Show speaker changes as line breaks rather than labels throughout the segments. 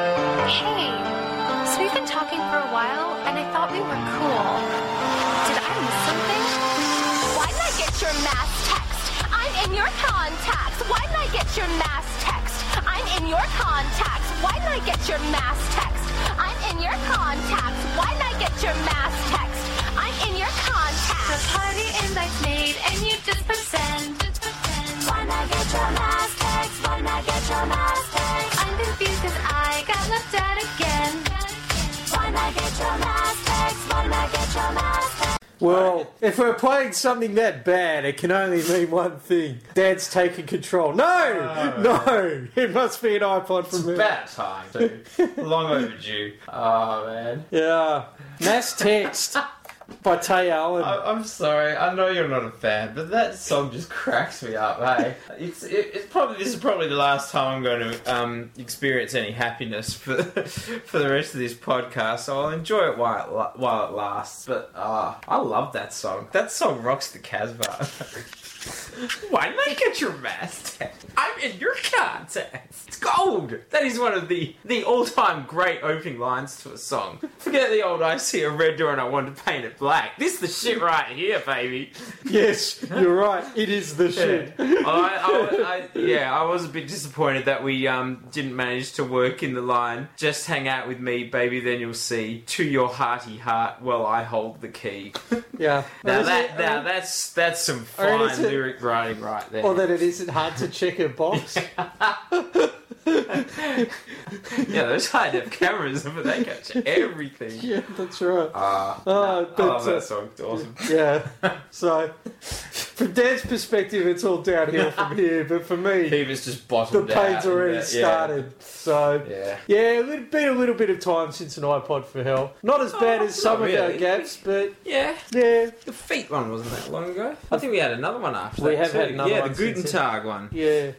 Hey, so we've been talking for a while, and I thought we were cool. Did I miss something?
Why did I get your mass text? I'm in your contacts. Why did I get your mass text? I'm in your contacts. Why did I get your mass text? I'm in your contacts. Why did I get your mass text? I'm in your
The
contacts.
party invite's made, and you just pretend.
Why did I get your mass text? Why did I get your mass text?
I'm confused 'cause I got left out again.
Why did I get your mass text? Why did I get your mass text?
Well, if we're playing something that bad, it can only mean one thing. Dad's taking control. No! no! It must be an iPod from him.
About time, too. Long overdue. Oh, man.
Yeah. Mass Text by Tay Allen.
I, I'm sorry. I know you're not a fan, but that song just cracks me up. Hey, it's it, it's probably this is probably the last time I'm going to um, experience any happiness for for the rest of this podcast. So I'll enjoy it while it, la- while it lasts. But ah, I love that song. That song rocks the Casbah. Why did I get your mask? I'm in your contacts. It's gold. That is one of the the all time great opening lines to a song. Forget the old I see a red door and I want to paint it black. This is the shit right here, baby.
yes, you're right. It is the
Yeah.
shit.
I, I, I, yeah, I was a bit disappointed that we um, didn't manage to work in the line. Just hang out with me, baby, then you'll see. To your hearty heart, well, I hold the key.
Yeah.
Now
Or is
that
it- uh,
now that's that's some
Or is
fine
it-
lyric writing right there.
Or that it isn't hard to check a box.
Yeah, those high def cameras, but they catch everything.
yeah, that's right.
Ah,
Oh,
I
but,
love
uh,
that song. It's awesome.
Yeah. So, from Dad's perspective, it's all downhill from here. But for me,
Peeves just
the
bottomed out.
pain's
and
already
that- yeah.
started. So.
Yeah.
Yeah, it's been a little bit of time since an iPod for hell. Not as bad as some
not
of our
Oh, really.
gaps, but
Yeah.
yeah,
The feet one wasn't that long ago. I think we had another one after
We
that.
have
too.
had another
Yeah,
one
the
since
Guten Tag one.
yeah.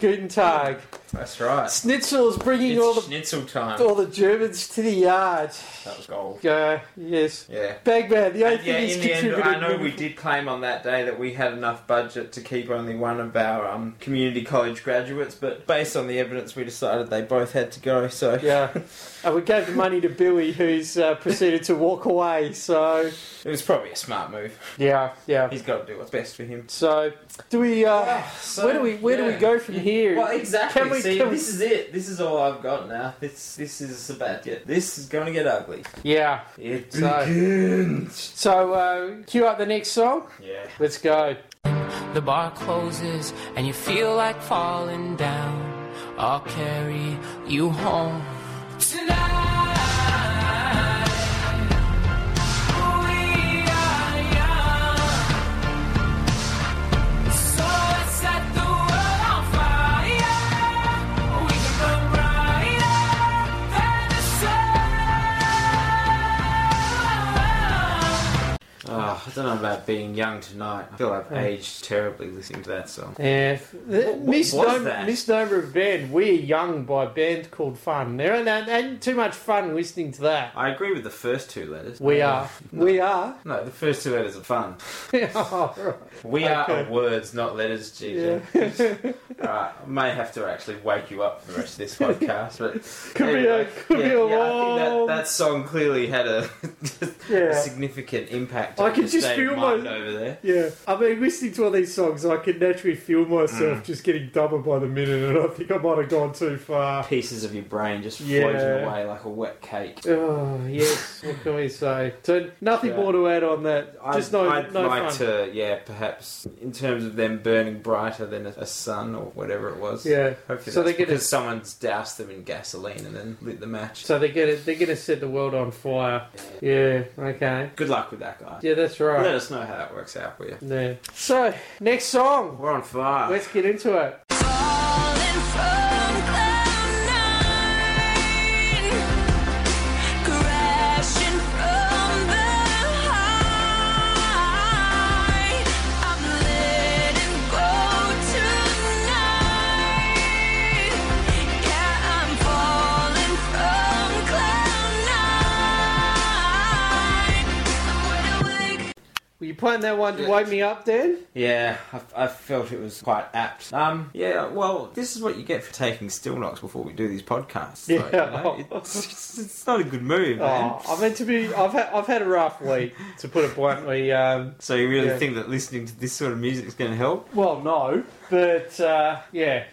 Guten Tag.
That's right.
Schnitzel's bringing all
It's uh,
the
schnitzel time.
all the Germans to the yard.
That was gold.
Yeah, yes.
Yeah.
Bagman, the only
And yeah,
thing he's
in the end,
contributed.
I know we did claim on that day that we had enough budget to keep only one of our um, community college graduates, but based on the evidence, we decided they both had to go. So
Yeah, and we gave the money to Billy, who's uh, proceeded to walk away. So
it was probably a smart move.
yeah, yeah.
He's got to do what's best for him.
So do we? Uh,
so,
where do we? Where do
yeah.
we go from here?
Well, exactly.
Can we-
See,
can we-
this is it. This is all I've got now. This this is about it. This is going to get ugly.
Yeah.
It
So-
begins.
So uh, cue up the next song.
Yeah.
Let's go.
The bar closes and you feel like falling down. I'll carry you home. Tonight, we are young. So let's set the world on fire. We can burn brighter than the sun.
Oh, I don't know about being young tonight. I feel
Hmm.
I've aged terribly listening to that song.
Yeah, the
what was
misnomer,
that?
misnomer of band. We're young by a band called Fun. There ain't, there ain't too much fun listening to that.
I agree with the first two letters.
We are, we are.
No, the first two letters are fun.
Oh, right.
We are
Okay.
are words, not letters,
Yeah.
GJ. Alright, I may have to actually wake you up for the rest of this podcast, but.
Could be a- could be a
I think
long-
that, that song clearly had a,
Yeah.
a significant impact.
I
on
can
the
just
state of
feel
mind
my-
over there.
yeah. I mean, listening to all these songs, I can naturally feel myself just getting dumber by the minute, and I think I might have gone too far.
Pieces of your brain just
Yeah.
floating away like a wet cake.
Oh yes, what can we say? So nothing
Yeah.
more to add on that. Just
I'd,
no,
I'd
no
like
fun.
to, yeah, perhaps in terms of them burning brighter than a, a sun or whatever it was.
Yeah.
Hopefully
So
so
they
that's
get
because someone's doused them in gasoline and then lit the match.
So they're gonna they're gonna set the world on fire. Yeah. Okay.
Good luck with that, guy.
Yeah, that's right.
Let us know how that works out for you.
Yeah. So, next song.
We're on fire.
Let's get into it.
Falling from the nine, crashing from the high. I'm letting go tonight. Yeah, I'm falling from cloud nine. I'm wide awake.
Will you playing that one to wake me up, Dan?
Yeah, I, I felt it was quite apt. Um, yeah, well, this is what you get for taking still knocks before we do these podcasts. Like, you know,
Yeah.
it's, it's, it's not a good move, man.
Oh, I meant to be. I've had, I've had a rough week, to put it bluntly. Um,
So you really
Yeah.
think that listening to this sort of music is going to help?
well, no, but uh, yeah.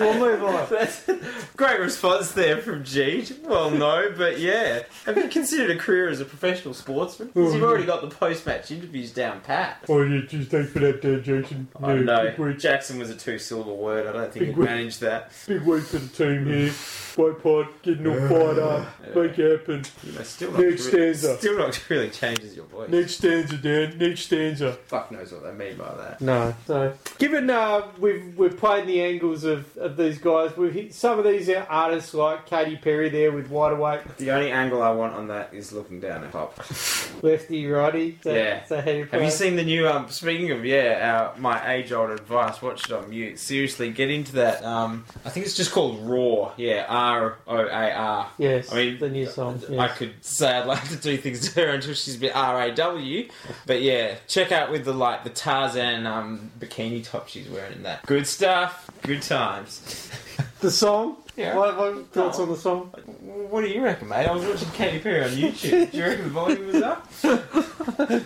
we'll move on.
That's great response there from Jeet. Well, no, but yeah. Have you considered a career as a professional sportsman? Because you've already got the post-match interviews down pat.
Oh yeah, just thanks for that, Dan Jason.
I know. Jackson was a two-syllable word. I don't think
Big
he'd
week.
manage that.
Big week for the team here. White pod, getting all fired up. Make it happen.
You know, still
Next
not really,
stanza.
Still not really changes your voice.
Next stanza, Dan. Next stanza.
Fuck knows what they mean by that.
No. So, given uh, we've we've played the angles of, of these guys, we've hit some of these artists like Katy Perry there with Wide Awake,
The only angle I want on that is looking down at top.
Lefty Righty. So,
Yeah.
So how do you play?
Have you seen the new? Um, speaking of yeah, uh, my age-old advice: watch it on mute. Seriously, get into that. Um, I think it's just called Raw. Yeah, R O A R.
Yes.
I mean,
the new song.
I
Yes.
could say I'd like to do things to her until she's a bit R A W, but yeah, check out with the like the Tarzan um, bikini top she's wearing. in That good stuff. Good times.
The song.
Yeah.
What, what thoughts
No.
on the song?
what do you reckon, mate? I was watching Katy Perry on YouTube. Do you reckon the volume was up? do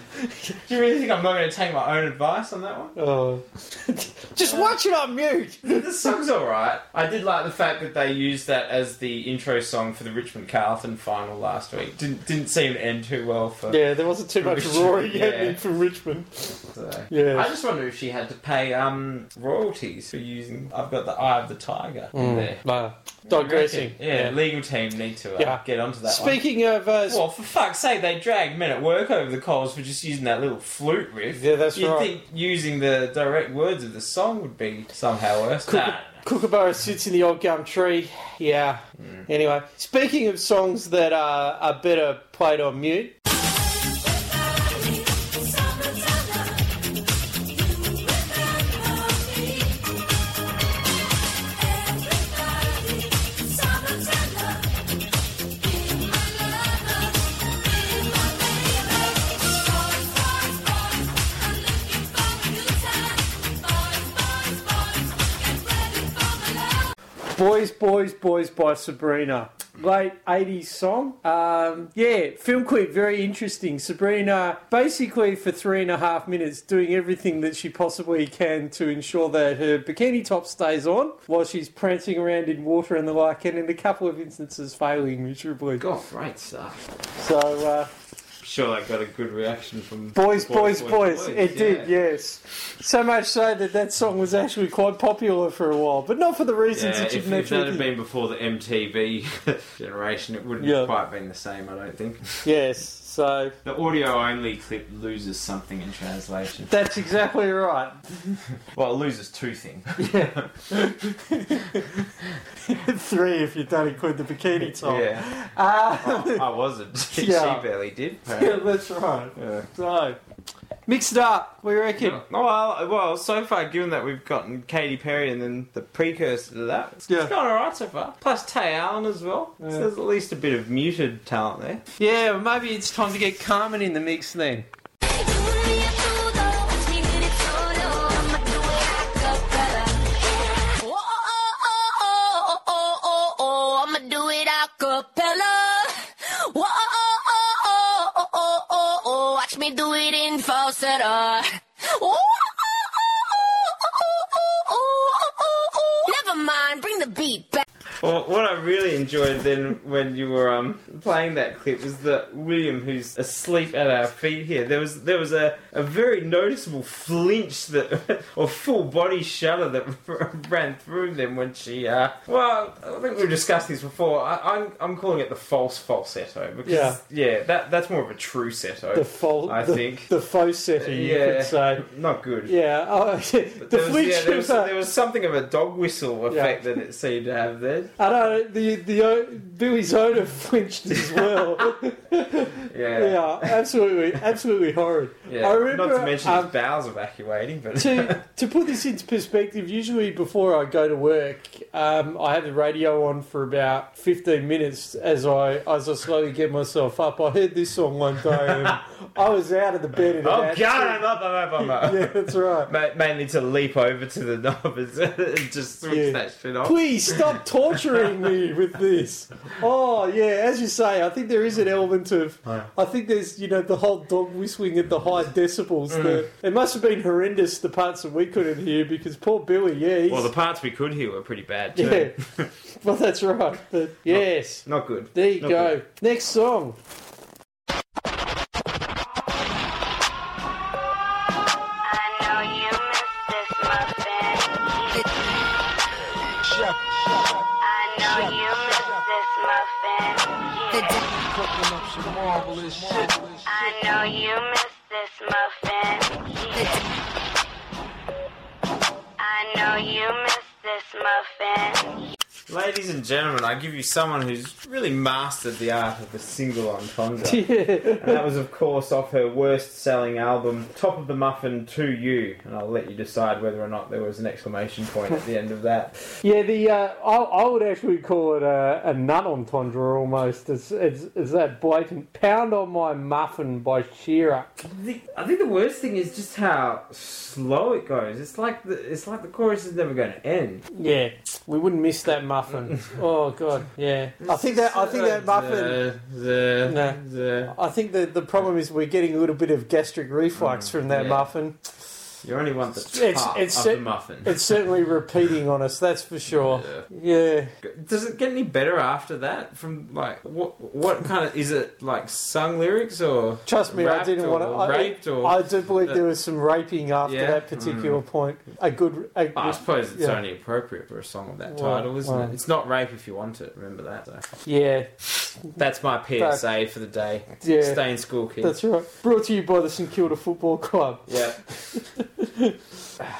you really think I'm not going to take my own advice on that one?
Oh. Just watch it on mute.
The song's alright. I did like the fact that they used that as the intro song for the Richmond Carlton final last week. Didn't didn't seem to end too well for.
Yeah, there wasn't too much
Richmond,
roaring
yeah.
happening from Richmond.
So.
Yeah.
I just wonder if she had to pay um, royalties for using. I've got the Eye of the Tiger
Mm.
in there.
No. Digressing.
Mm. Yeah, legal team need to uh,
Yeah.
get onto that one.
Speaking of, uh,
Well, for fuck's sake, they dragged men at work over the coals for just using that little flute riff.
Yeah, that's
You'd
right.
think using the direct words of the song would be somehow worse.
Cook-
Nah.
Kookaburra sits in the old gum tree. Yeah.
Mm.
Anyway, speaking of songs that are, are better played on mute. Boys, Boys, Boys by Sabrina. Late 80s song. Um, yeah, film clip, very interesting. Sabrina, basically for three and a half minutes, doing everything that she possibly can to ensure that her bikini top stays on while she's prancing around in water and the like, and in a couple of instances, failing miserably.
God, great stuff.
So, uh,
Sure, I got a good reaction from
Boys, boys, boys. It did, yes. So much so that that song was actually quite popular for a while, but not for the
Yeah,
reasons that you
if, if
naturally
that had
think.
been before the MTV generation, it wouldn't
Yeah.
have quite been the same, I don't think.
Yes, so
The audio only clip loses something in translation.
that's exactly right.
Well, it loses two things.
Three, if you don't include the bikini top.
Yeah.
Oh. Ah,
I wasn't. She
Yeah.
barely did.
yeah, that's right.
Yeah.
So, mix it up, we reckon.
Oh, Well, well, so far, given that we've gotten Katy Perry and then the precursor to that, it's
Yeah.
it's gone alright so far. Plus Tay Allen as well.
Yeah.
So there's at least a bit of muted talent there.
Yeah, maybe it's time to get Carmen in the mix then.
Watch me do it in falsetto. Never mind, bring the beat back.
Well, what I really enjoyed then when you were um, playing that clip was that William, who's asleep at our feet here, there was there was a, a very noticeable flinch that or full body shudder that ran through them when she. Uh, well, I think we've discussed this before. I, I'm I'm calling it the false falsetto because
Yeah.
yeah, that that's more of a true setto.
The fol-
I
the,
think.
The faux setting, you
yeah,
could say.
not good.
Yeah, oh, the
there was,
flinch
yeah, there, was,
was, uh,
there was something of a dog whistle
Yeah.
effect that it seemed to have there.
I know the the o- Billy's owner flinched as well. yeah, absolutely, absolutely horrid.
Yeah,
I remember
not to mention
um,
his bowels evacuating, but
to to put this into perspective. Usually, before I go to work, um, I have the radio on for about fifteen minutes as I as I slowly get myself up. I heard this song one day, and I was out of the bed in an
Oh god,
attitude.
I'm up, I'm up, I'm up.
Yeah, that's right.
Ma- mainly to leap over to the knob and s- just switch
Yeah.
that shit off.
Please stop torturing me with this. Oh yeah, as you say, I think there is an element of. I think there's you know the whole dog whistling at the high decibels.
Mm.
The, it must have been horrendous the parts that we couldn't hear because poor Billy, yeah, he's,
Well, the parts we could hear were pretty bad
yeah.
too.
well, that's right. But yes,
Not good.
there you
Not
go.
good.
Next song.
I know you miss this muffin. I know you miss this muffin. I know you miss this muffin. I know you miss this muffin.
Ladies and gentlemen, I give you someone who's really mastered the art of the single entendre. And that was, of course, off her worst selling album, Top of the Muffin to You. And I'll let you decide whether or not there was an exclamation point at the end of that.
Yeah, the uh, I, I would actually call it a, a non entendre almost. It's, it's, it's that blatant "Pound on My Muffin" by Shearer.
The, I think the worst thing is just how slow it goes. It's like the, it's like the chorus is never going to end.
Yeah, we wouldn't miss that muffin. oh god, yeah. I think that I think that muffin.
The,
Nah. I think that the problem is we're getting a little bit of gastric reflux from that
Hmm. yeah.
muffin.
you only want the top
It's- it's
of
so-
the muffin.
It's certainly repeating on us, that's for sure. Yeah.
Does it get any better after that? From like what what kind of is it like sung lyrics or
Trust me, I
rapped
didn't
or
want to. I,
raped or
I do believe there was some raping after
Yeah? Ah.
that particular point. A good. A,
I suppose it's
yeah.
only appropriate for a song of that
Well,
title, isn't
well.
it? It's not rape if you want it. Remember that. So.
Yeah,
That's my PSA for the day.
Yeah.
Stay in school, kids.
that's right. Brought to you by the St Kilda Football Club.
yeah.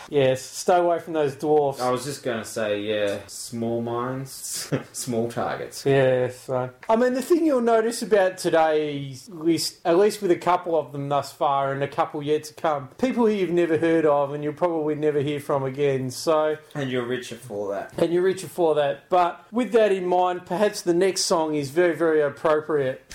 Yes, stay away from those dwarfs.
I was just going to say, yeah, small minds, small targets.
Yeah, so I mean, the thing you'll notice about today's list, at least with a couple of them thus far and a couple yet to come, people who you've never heard of and you'll probably never hear from again. So,
And you're richer for that.
and you're richer for that. But with that in mind, perhaps the next song is very, very appropriate.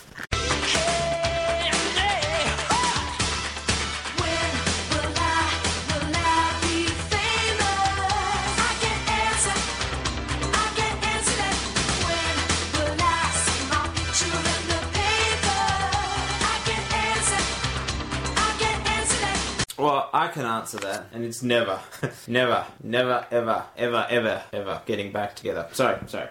Well, I can answer that, and it's never, never, never, ever, ever, ever, ever getting back together. Sorry, sorry.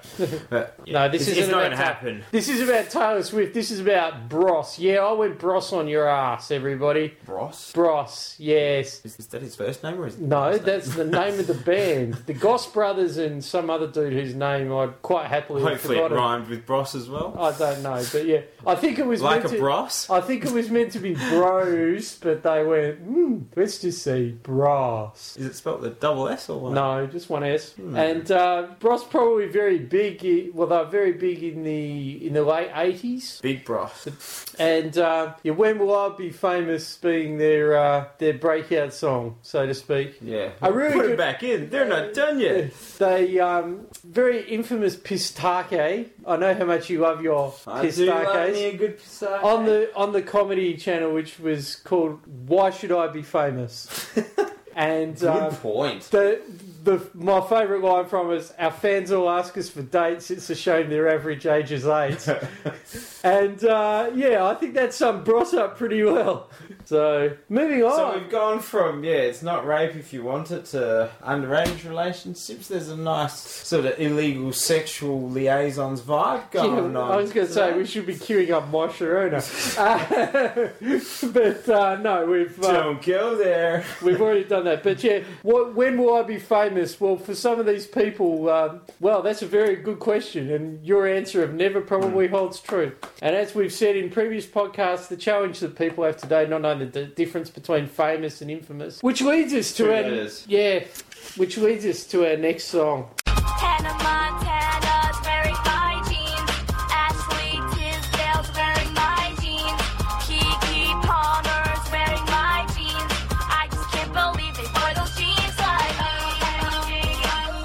But, yeah,
No, this
it's,
isn't
it's
about
not going to
Ta-
happen.
This is about Taylor Swift. This is about Bros. Yeah, I went Bros on your ass, everybody.
Ross?
Bros. Yes.
Is, is that his first name or is
No,
his name?
that's the name of the band. The Goss Brothers and some other dude whose name I'd quite happily have
Hopefully, it
forgotten.
rhymed with Bros as well.
I don't know, but yeah, I think it was
Like
meant
a
to- Oh.
Bros.
I think it was meant to be bros, but they went. Hmm, let's just say brass.
Is it spelled with a double S or what?
No, just one S.
Hmm.
And uh, bros probably very big. i- Well, they're very big in the in the late eighties.
Big Bros.
And uh, yeah, when will I be famous? Being their uh, their breakout song, so to speak.
Yeah.
I really
Put
good-
it back in. They're not done yet.
They um, very infamous pistake. I know how much you love your
I do like
pistakes.
me a good pistachio.
on the on the comedy channel, which was called "Why Should I Be Famous," and
Good
um,
point.
the the my favourite line from is "Our fans all ask us for dates. It's a shame their average age is eight. and uh, yeah, I think that's um, brought up pretty well. So moving on.
So we've gone from yeah, it's not rape if you want it to underage relationships. There's a nice sort of illegal sexual liaisons vibe
Yeah,
going on.
I was going to say we should be queuing up my Sharona. Uh, but uh, no, we've uh,
don't go there.
We've already done that. But yeah, what, when will I be famous? Well, for some of these people, um, well, that's a very good question, and your answer of never probably
Hmm.
holds true. And as we've said in previous podcasts, the challenge that people have today not knowing the d- difference between famous and infamous, which leads us to
Two
our
letters.
yeah, which leads us to our next song.
Hannah Montana's wearing my jeans. Ashley Tisdale's wearing my jeans. Kiki Palmer's wearing my jeans. I just can't believe they wore those jeans. Like, she wore those jeans like.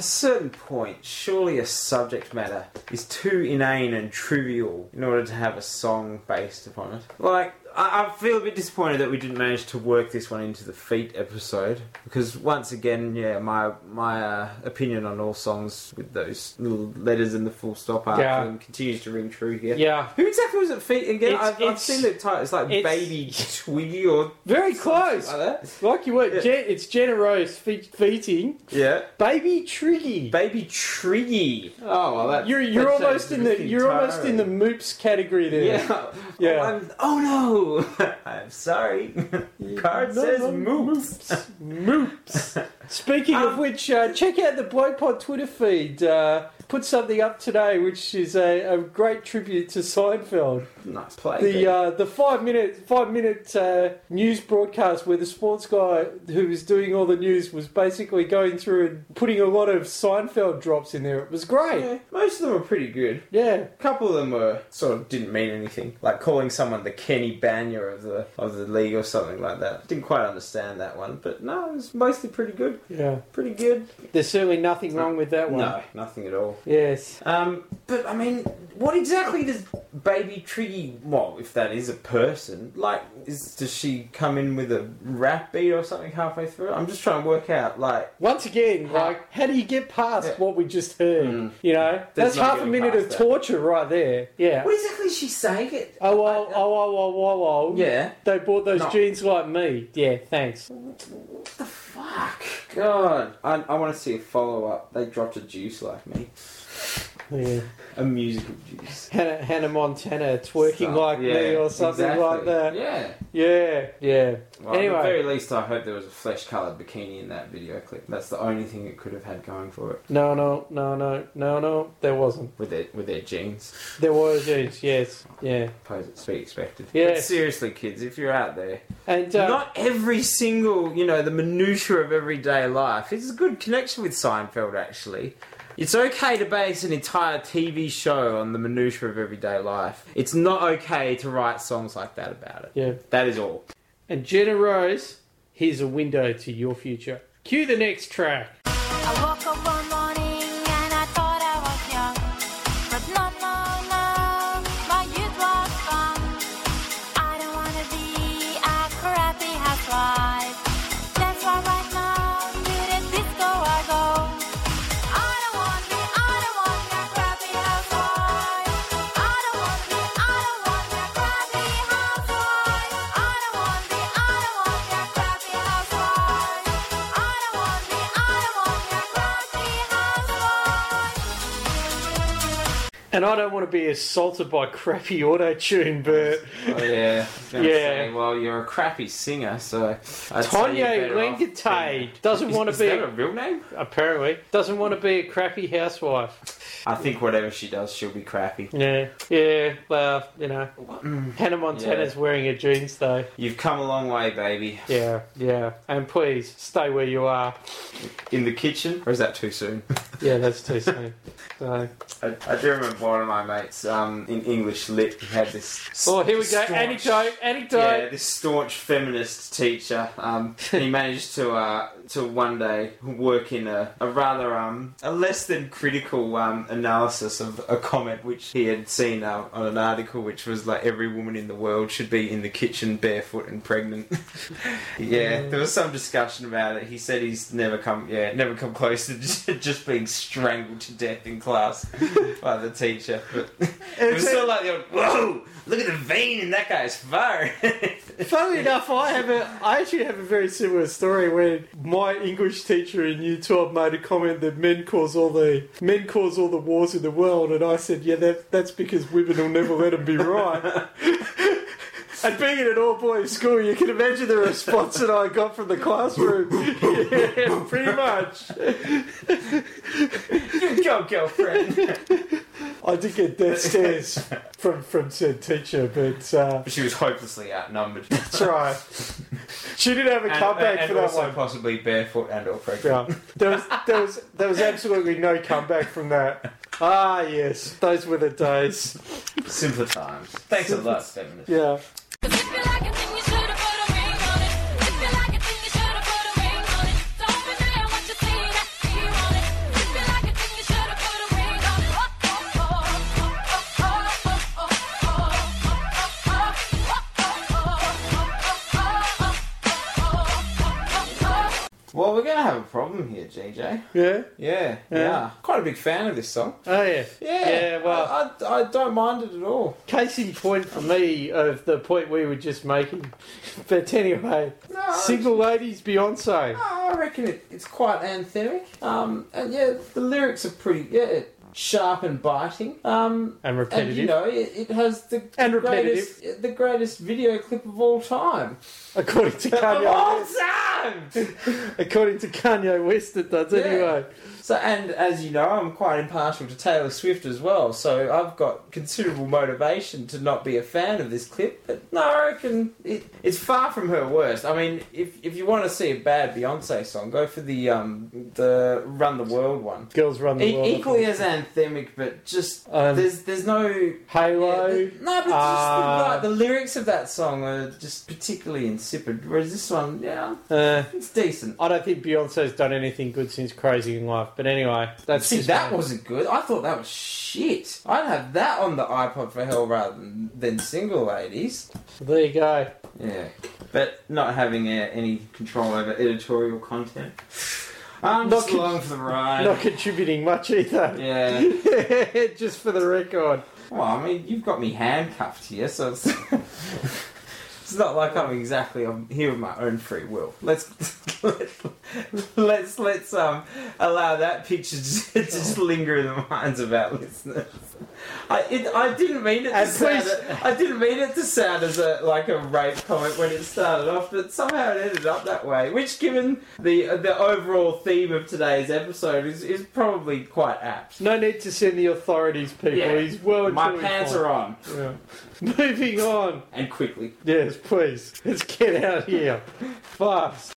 certain point, surely a subject matter is too inane and trivial in order to have a song based upon it. Like, I, I feel a bit disappointed that we didn't manage to work this one into the feet episode because once again, yeah, my my uh, opinion on all songs with those little letters and the full stop after
Yeah.
them continues to ring true here.
Yeah.
Who exactly was it feet again?
It's-
I've, I've
it's-
seen the title. It's like
it's-
Baby Twiggy or
Very
something
close.
like that.
Like you were.
Yeah.
Gen- it's Jenna Rose fe- feating
Yeah.
Baby Triggy.
Baby Triggy. Oh, well, that's
you're you're
that
almost
sounds
in the
entirely-
you're almost in the moops category there.
yeah.
Yeah.
Oh, I'm, oh no! I'm sorry. Card
No,
says
no,
moops.
moops. Moops. Speaking of
Um,
which, uh, check out the Blowpod Twitter feed. Uh, put something up today, which is a, a great tribute to Seinfeld.
Nice play.
The
The,
uh, the five minute five minute uh, news broadcast where the sports guy who was doing all the news was basically going through and putting a lot of Seinfeld drops in there. It was great.
most of them were pretty good.
Yeah.
A couple of them were sort of didn't mean anything, like calling someone the Kenny Banya of the of the league or something like that. Didn't quite understand that one, but no, it was mostly pretty good.
Yeah.
Pretty good.
There's certainly nothing wrong with that one.
No, nothing at all.
Yes.
Um, but I mean, what exactly does Baby Triggy? Well, if that is a person, like, is does she come in with a rap beat or something halfway through? I'm just trying to work out, like,
Once again, like, how do you get past
Yeah. Mm.
what we just heard? You know, that's
There's no
half a
getting
minute
past
of
that.
torture right there. Yeah.
what exactly is she saying? It.
Oh, oh, oh,
uh,
oh, oh, oh, oh.
Yeah.
They bought those
No.
jeans like me. Yeah, thanks.
What the fuck? God, I, I want to see a follow up. They dropped a juice like me,
Yeah.
a musical juice.
Hannah, Hannah Montana twerking
So,
like me
yeah,
or something
exactly.
like that.
Yeah.
Yeah, yeah.
Well, at
Anyway.
the very least, I hope there was a flesh coloured bikini in that video clip. That's the only thing it could have had going for it
No, no, no, no, no, no. There wasn't.
with their with their jeans.
There were jeans. Yes. Yeah.
suppose it's to be expected.
Yeah.
But seriously, kids, if you're out there,
And uh,
not every single, you know, the minutiae of everyday life. It's a good connection with Seinfeld, actually. It's okay to base an entire TV show on the minutiae of everyday life. It's not okay to write songs like that about it.
yeah.
That is all.
And Jenna Rose, here's a window to your future. Cue the next track.
I woke up one morning and I thought I was young. But no, no, no, my youth was gone. I don't wanna be a crappy housewife. That's why right now to the disco I go. I don't wanna be, I don't want a crappy housewife. I don't wanna be, I don't want a crappy housewife. I don't wanna be, I don't want a crappy housewife. I don't wanna be, I don't want a crappy housewife.
And I don't want to be assaulted by crappy auto tune, but
Oh, yeah. I was
Yeah.
gonna say, well, you're a crappy singer, so. I'd say you're
Tonya
better off being-
Langtade doesn't
Is,
want
is
to be
that a real name?
apparently doesn't want to be a crappy housewife.
I think whatever she does, she'll be crappy.
Yeah, Mm. yeah. Well, you know, Hannah Montana's wearing her jeans though.
You've come a long way, baby.
Yeah, yeah. And please stay where you are.
in the kitchen, or is that too soon?
Yeah, that's too soon. So,
I, I do remember one of my mates um, in English lit who had this.
oh, here we go.
staunch-
Anecdote,
Yeah,
anecdote.
this staunch feminist teacher. Um, he managed to uh, to one day work in a, a rather um, a less than critical um, analysis of a comment which he had seen uh, on an article, which was like every woman in the world should be in the kitchen barefoot and pregnant. yeah, there was some discussion about it. He said he's never come yeah never come close to just, just being strangled to death in class by the teacher. But it was still like the old, whoa, look at the vein in that guy's fur.
Funnily enough, I have a, I actually have a very similar story where my English teacher in Year Twelve made a comment that men cause all the men cause all the wars in the world, and I said, yeah, that, that's because women will never let them be right. And being in an all-boys school, you can imagine the response that I got from the classroom. yeah, pretty much.
Good job, girlfriend.
I did get death stares from from said teacher, but uh,
But she was hopelessly outnumbered.
that's right. She did have a
And,
comeback
and
for that
also
one.
possibly barefoot and or pregnant.
Yeah, there was there was there was absolutely no comeback from that. Ah, yes, those were the days.
Simpler times. Thanks a lot, feminist.
Yeah,
Cause if you like a thing, you should've put a ring on it. If you like a thing, you should've put a ring on it. Don't deny what you see, that's you want it. If you like a thing,
have a problem here, JJ.
Yeah.
Yeah, yeah. Quite a big fan of this song.
Oh yeah.
Yeah.
Yeah. Well,
I, I, I don't mind it at all.
case in point for me of the point we were just making. But anyway,
No,
single ladies Beyonce.
I I reckon it, it's quite anthemic. Um, and yeah, the lyrics are pretty yeah, sharp and biting. Um,
And
and
repetitive.
you know, it, it has the
And repetitive.
greatest the greatest video clip of all time.
according to
Of
Kanye
all
West.
time.
According to Kanye West it does anyway.
So, and as you know, I'm quite impartial to Taylor Swift as well, so I've got considerable motivation to not be a fan of this clip. But no, I reckon it, it's far from her worst. I mean, if if you want to see a bad Beyonce song, go for the um the Run the World one.
Girls run the
E-
world.
equally as anthemic, but just
Um,
there's there's no
Halo.
yeah, th- no, but
uh,
just the, like, the lyrics of that song are just particularly insipid. Whereas this one, yeah,
Uh,
it's decent.
I don't think Beyonce's done anything good since Crazy in Life. But anyway, that's
See,
just
that
me.
wasn't good. I thought that was shit. I'd have that on the iPod for hell rather than, than single ladies.
There you go.
Yeah, but not having uh, any control over editorial content. I'm
Not
just
con-
along for the ride.
Not contributing much either.
Um, yeah.
just for the record.
Well, I mean, you've got me handcuffed here, so it's, it's not like I'm exactly I'm here of my own free will. Let's let's let's um allow that picture to just linger in the minds of our listeners. I it, I didn't mean it. To
And
sound,
please-
I didn't mean it to sound as a like a rape comment when it started off, but somehow it ended up that way. Which, given the the overall theme of today's episode, is is probably quite apt.
No need to send the authorities, people.
Yeah.
He's well and
My
truly
pants
fine.
are on,
Yeah. Moving on.
and quickly.
Yes, please. Let's get out here. Fast.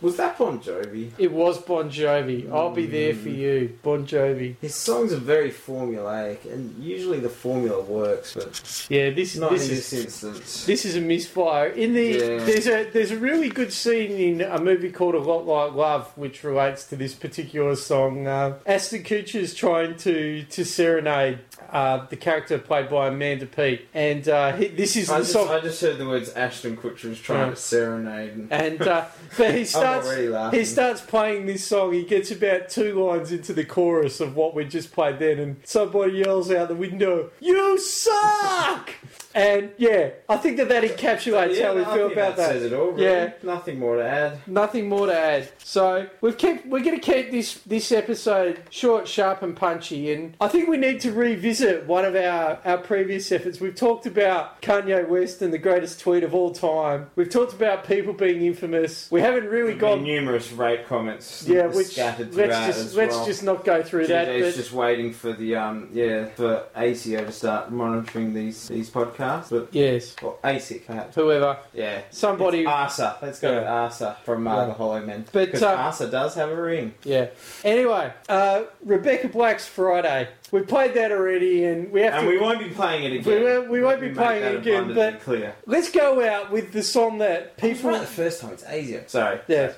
Was that Bon Jovi?
It was Bon Jovi. I'll be there for you, Bon Jovi.
His songs are very formulaic, and usually the formula works, but
Yeah, this
not
this
in
is
this instance.
this is a misfire. In the
Yeah.
there's a there's a really good scene in a movie called A Lot Like Love, which relates to this particular song. Uh, Aston Kutcher's trying to to serenade uh, the character played by Amanda Peet, and uh, he, this is
I,
the
just,
song.
I just heard the words Ashton Kutcher was trying
Yeah.
to serenade. And,
and uh, but he starts
already laughing.
he starts playing this song. He gets about two lines into the chorus of what we just played then, and somebody yells out the window, "You suck!" and yeah, I think that that encapsulates how we
I
feel
think
about that.
says it all. Really.
Yeah.
nothing more to add.
Nothing more to add. So we've kept we're going to keep this this episode short, sharp, and punchy. And I think we need to revisit one of our our previous efforts. We've talked about Kanye West and the greatest tweet of all time. We've talked about people being infamous. We haven't really
Got
gone.
numerous rape comments.
Yeah, which
scattered
let's
throughout
just
as
let's
well.
just not go through that.
GJ's
But
just waiting for the um yeah for ACO to start monitoring these these podcasts, but
yes,
or ASIC perhaps.
whoever,
Yeah,
somebody.
It's Arsa. Let's go with
Yeah.
Arsa from uh,
Yeah.
the Hollow Men.
But,
Because
uh,
Arsa does have a ring.
Yeah. Anyway, uh, Rebecca Black's Friday. We played that already, and we have
And
to.
we won't be playing it
we
again.
won't- we won't
Let
be
me make
playing
that
it again,
abundantly
but
clear.
Let's go out with the song that
It's
people.
right the first time. It's easier. Sorry.
Yeah.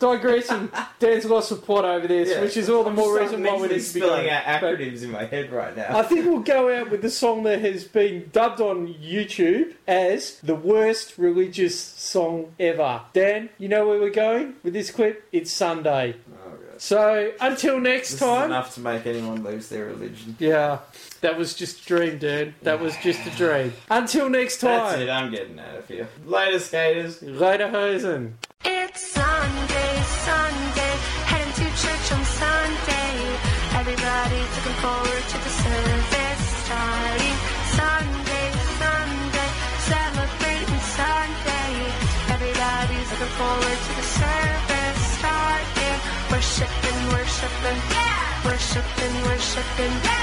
Digressing. Dan's lost support over this,
Yeah.
which is all the more
Stop
reason why we
mentally
need to be
spilling
going.
out
But
acronyms in my head right now.
I think we'll go out with the song that has been dubbed on YouTube as the worst religious song ever. Dan, you know where we're going with this clip? It's Sunday.
Oh, God.
So until next
This is
time.
enough to make anyone lose their religion.
yeah, that was just a dream, Dan. That was just a dream. Until next
That's it.
time.
I'm getting out of here. Later, skaters.
Later, Hosen.
It's Sunday, Sunday, heading to church on Sunday. Everybody's looking forward to the service starting Sunday, Sunday, celebrating Sunday. Everybody's looking forward to the service starting, worshiping, worshiping, yeah, worshiping, worshiping, yeah.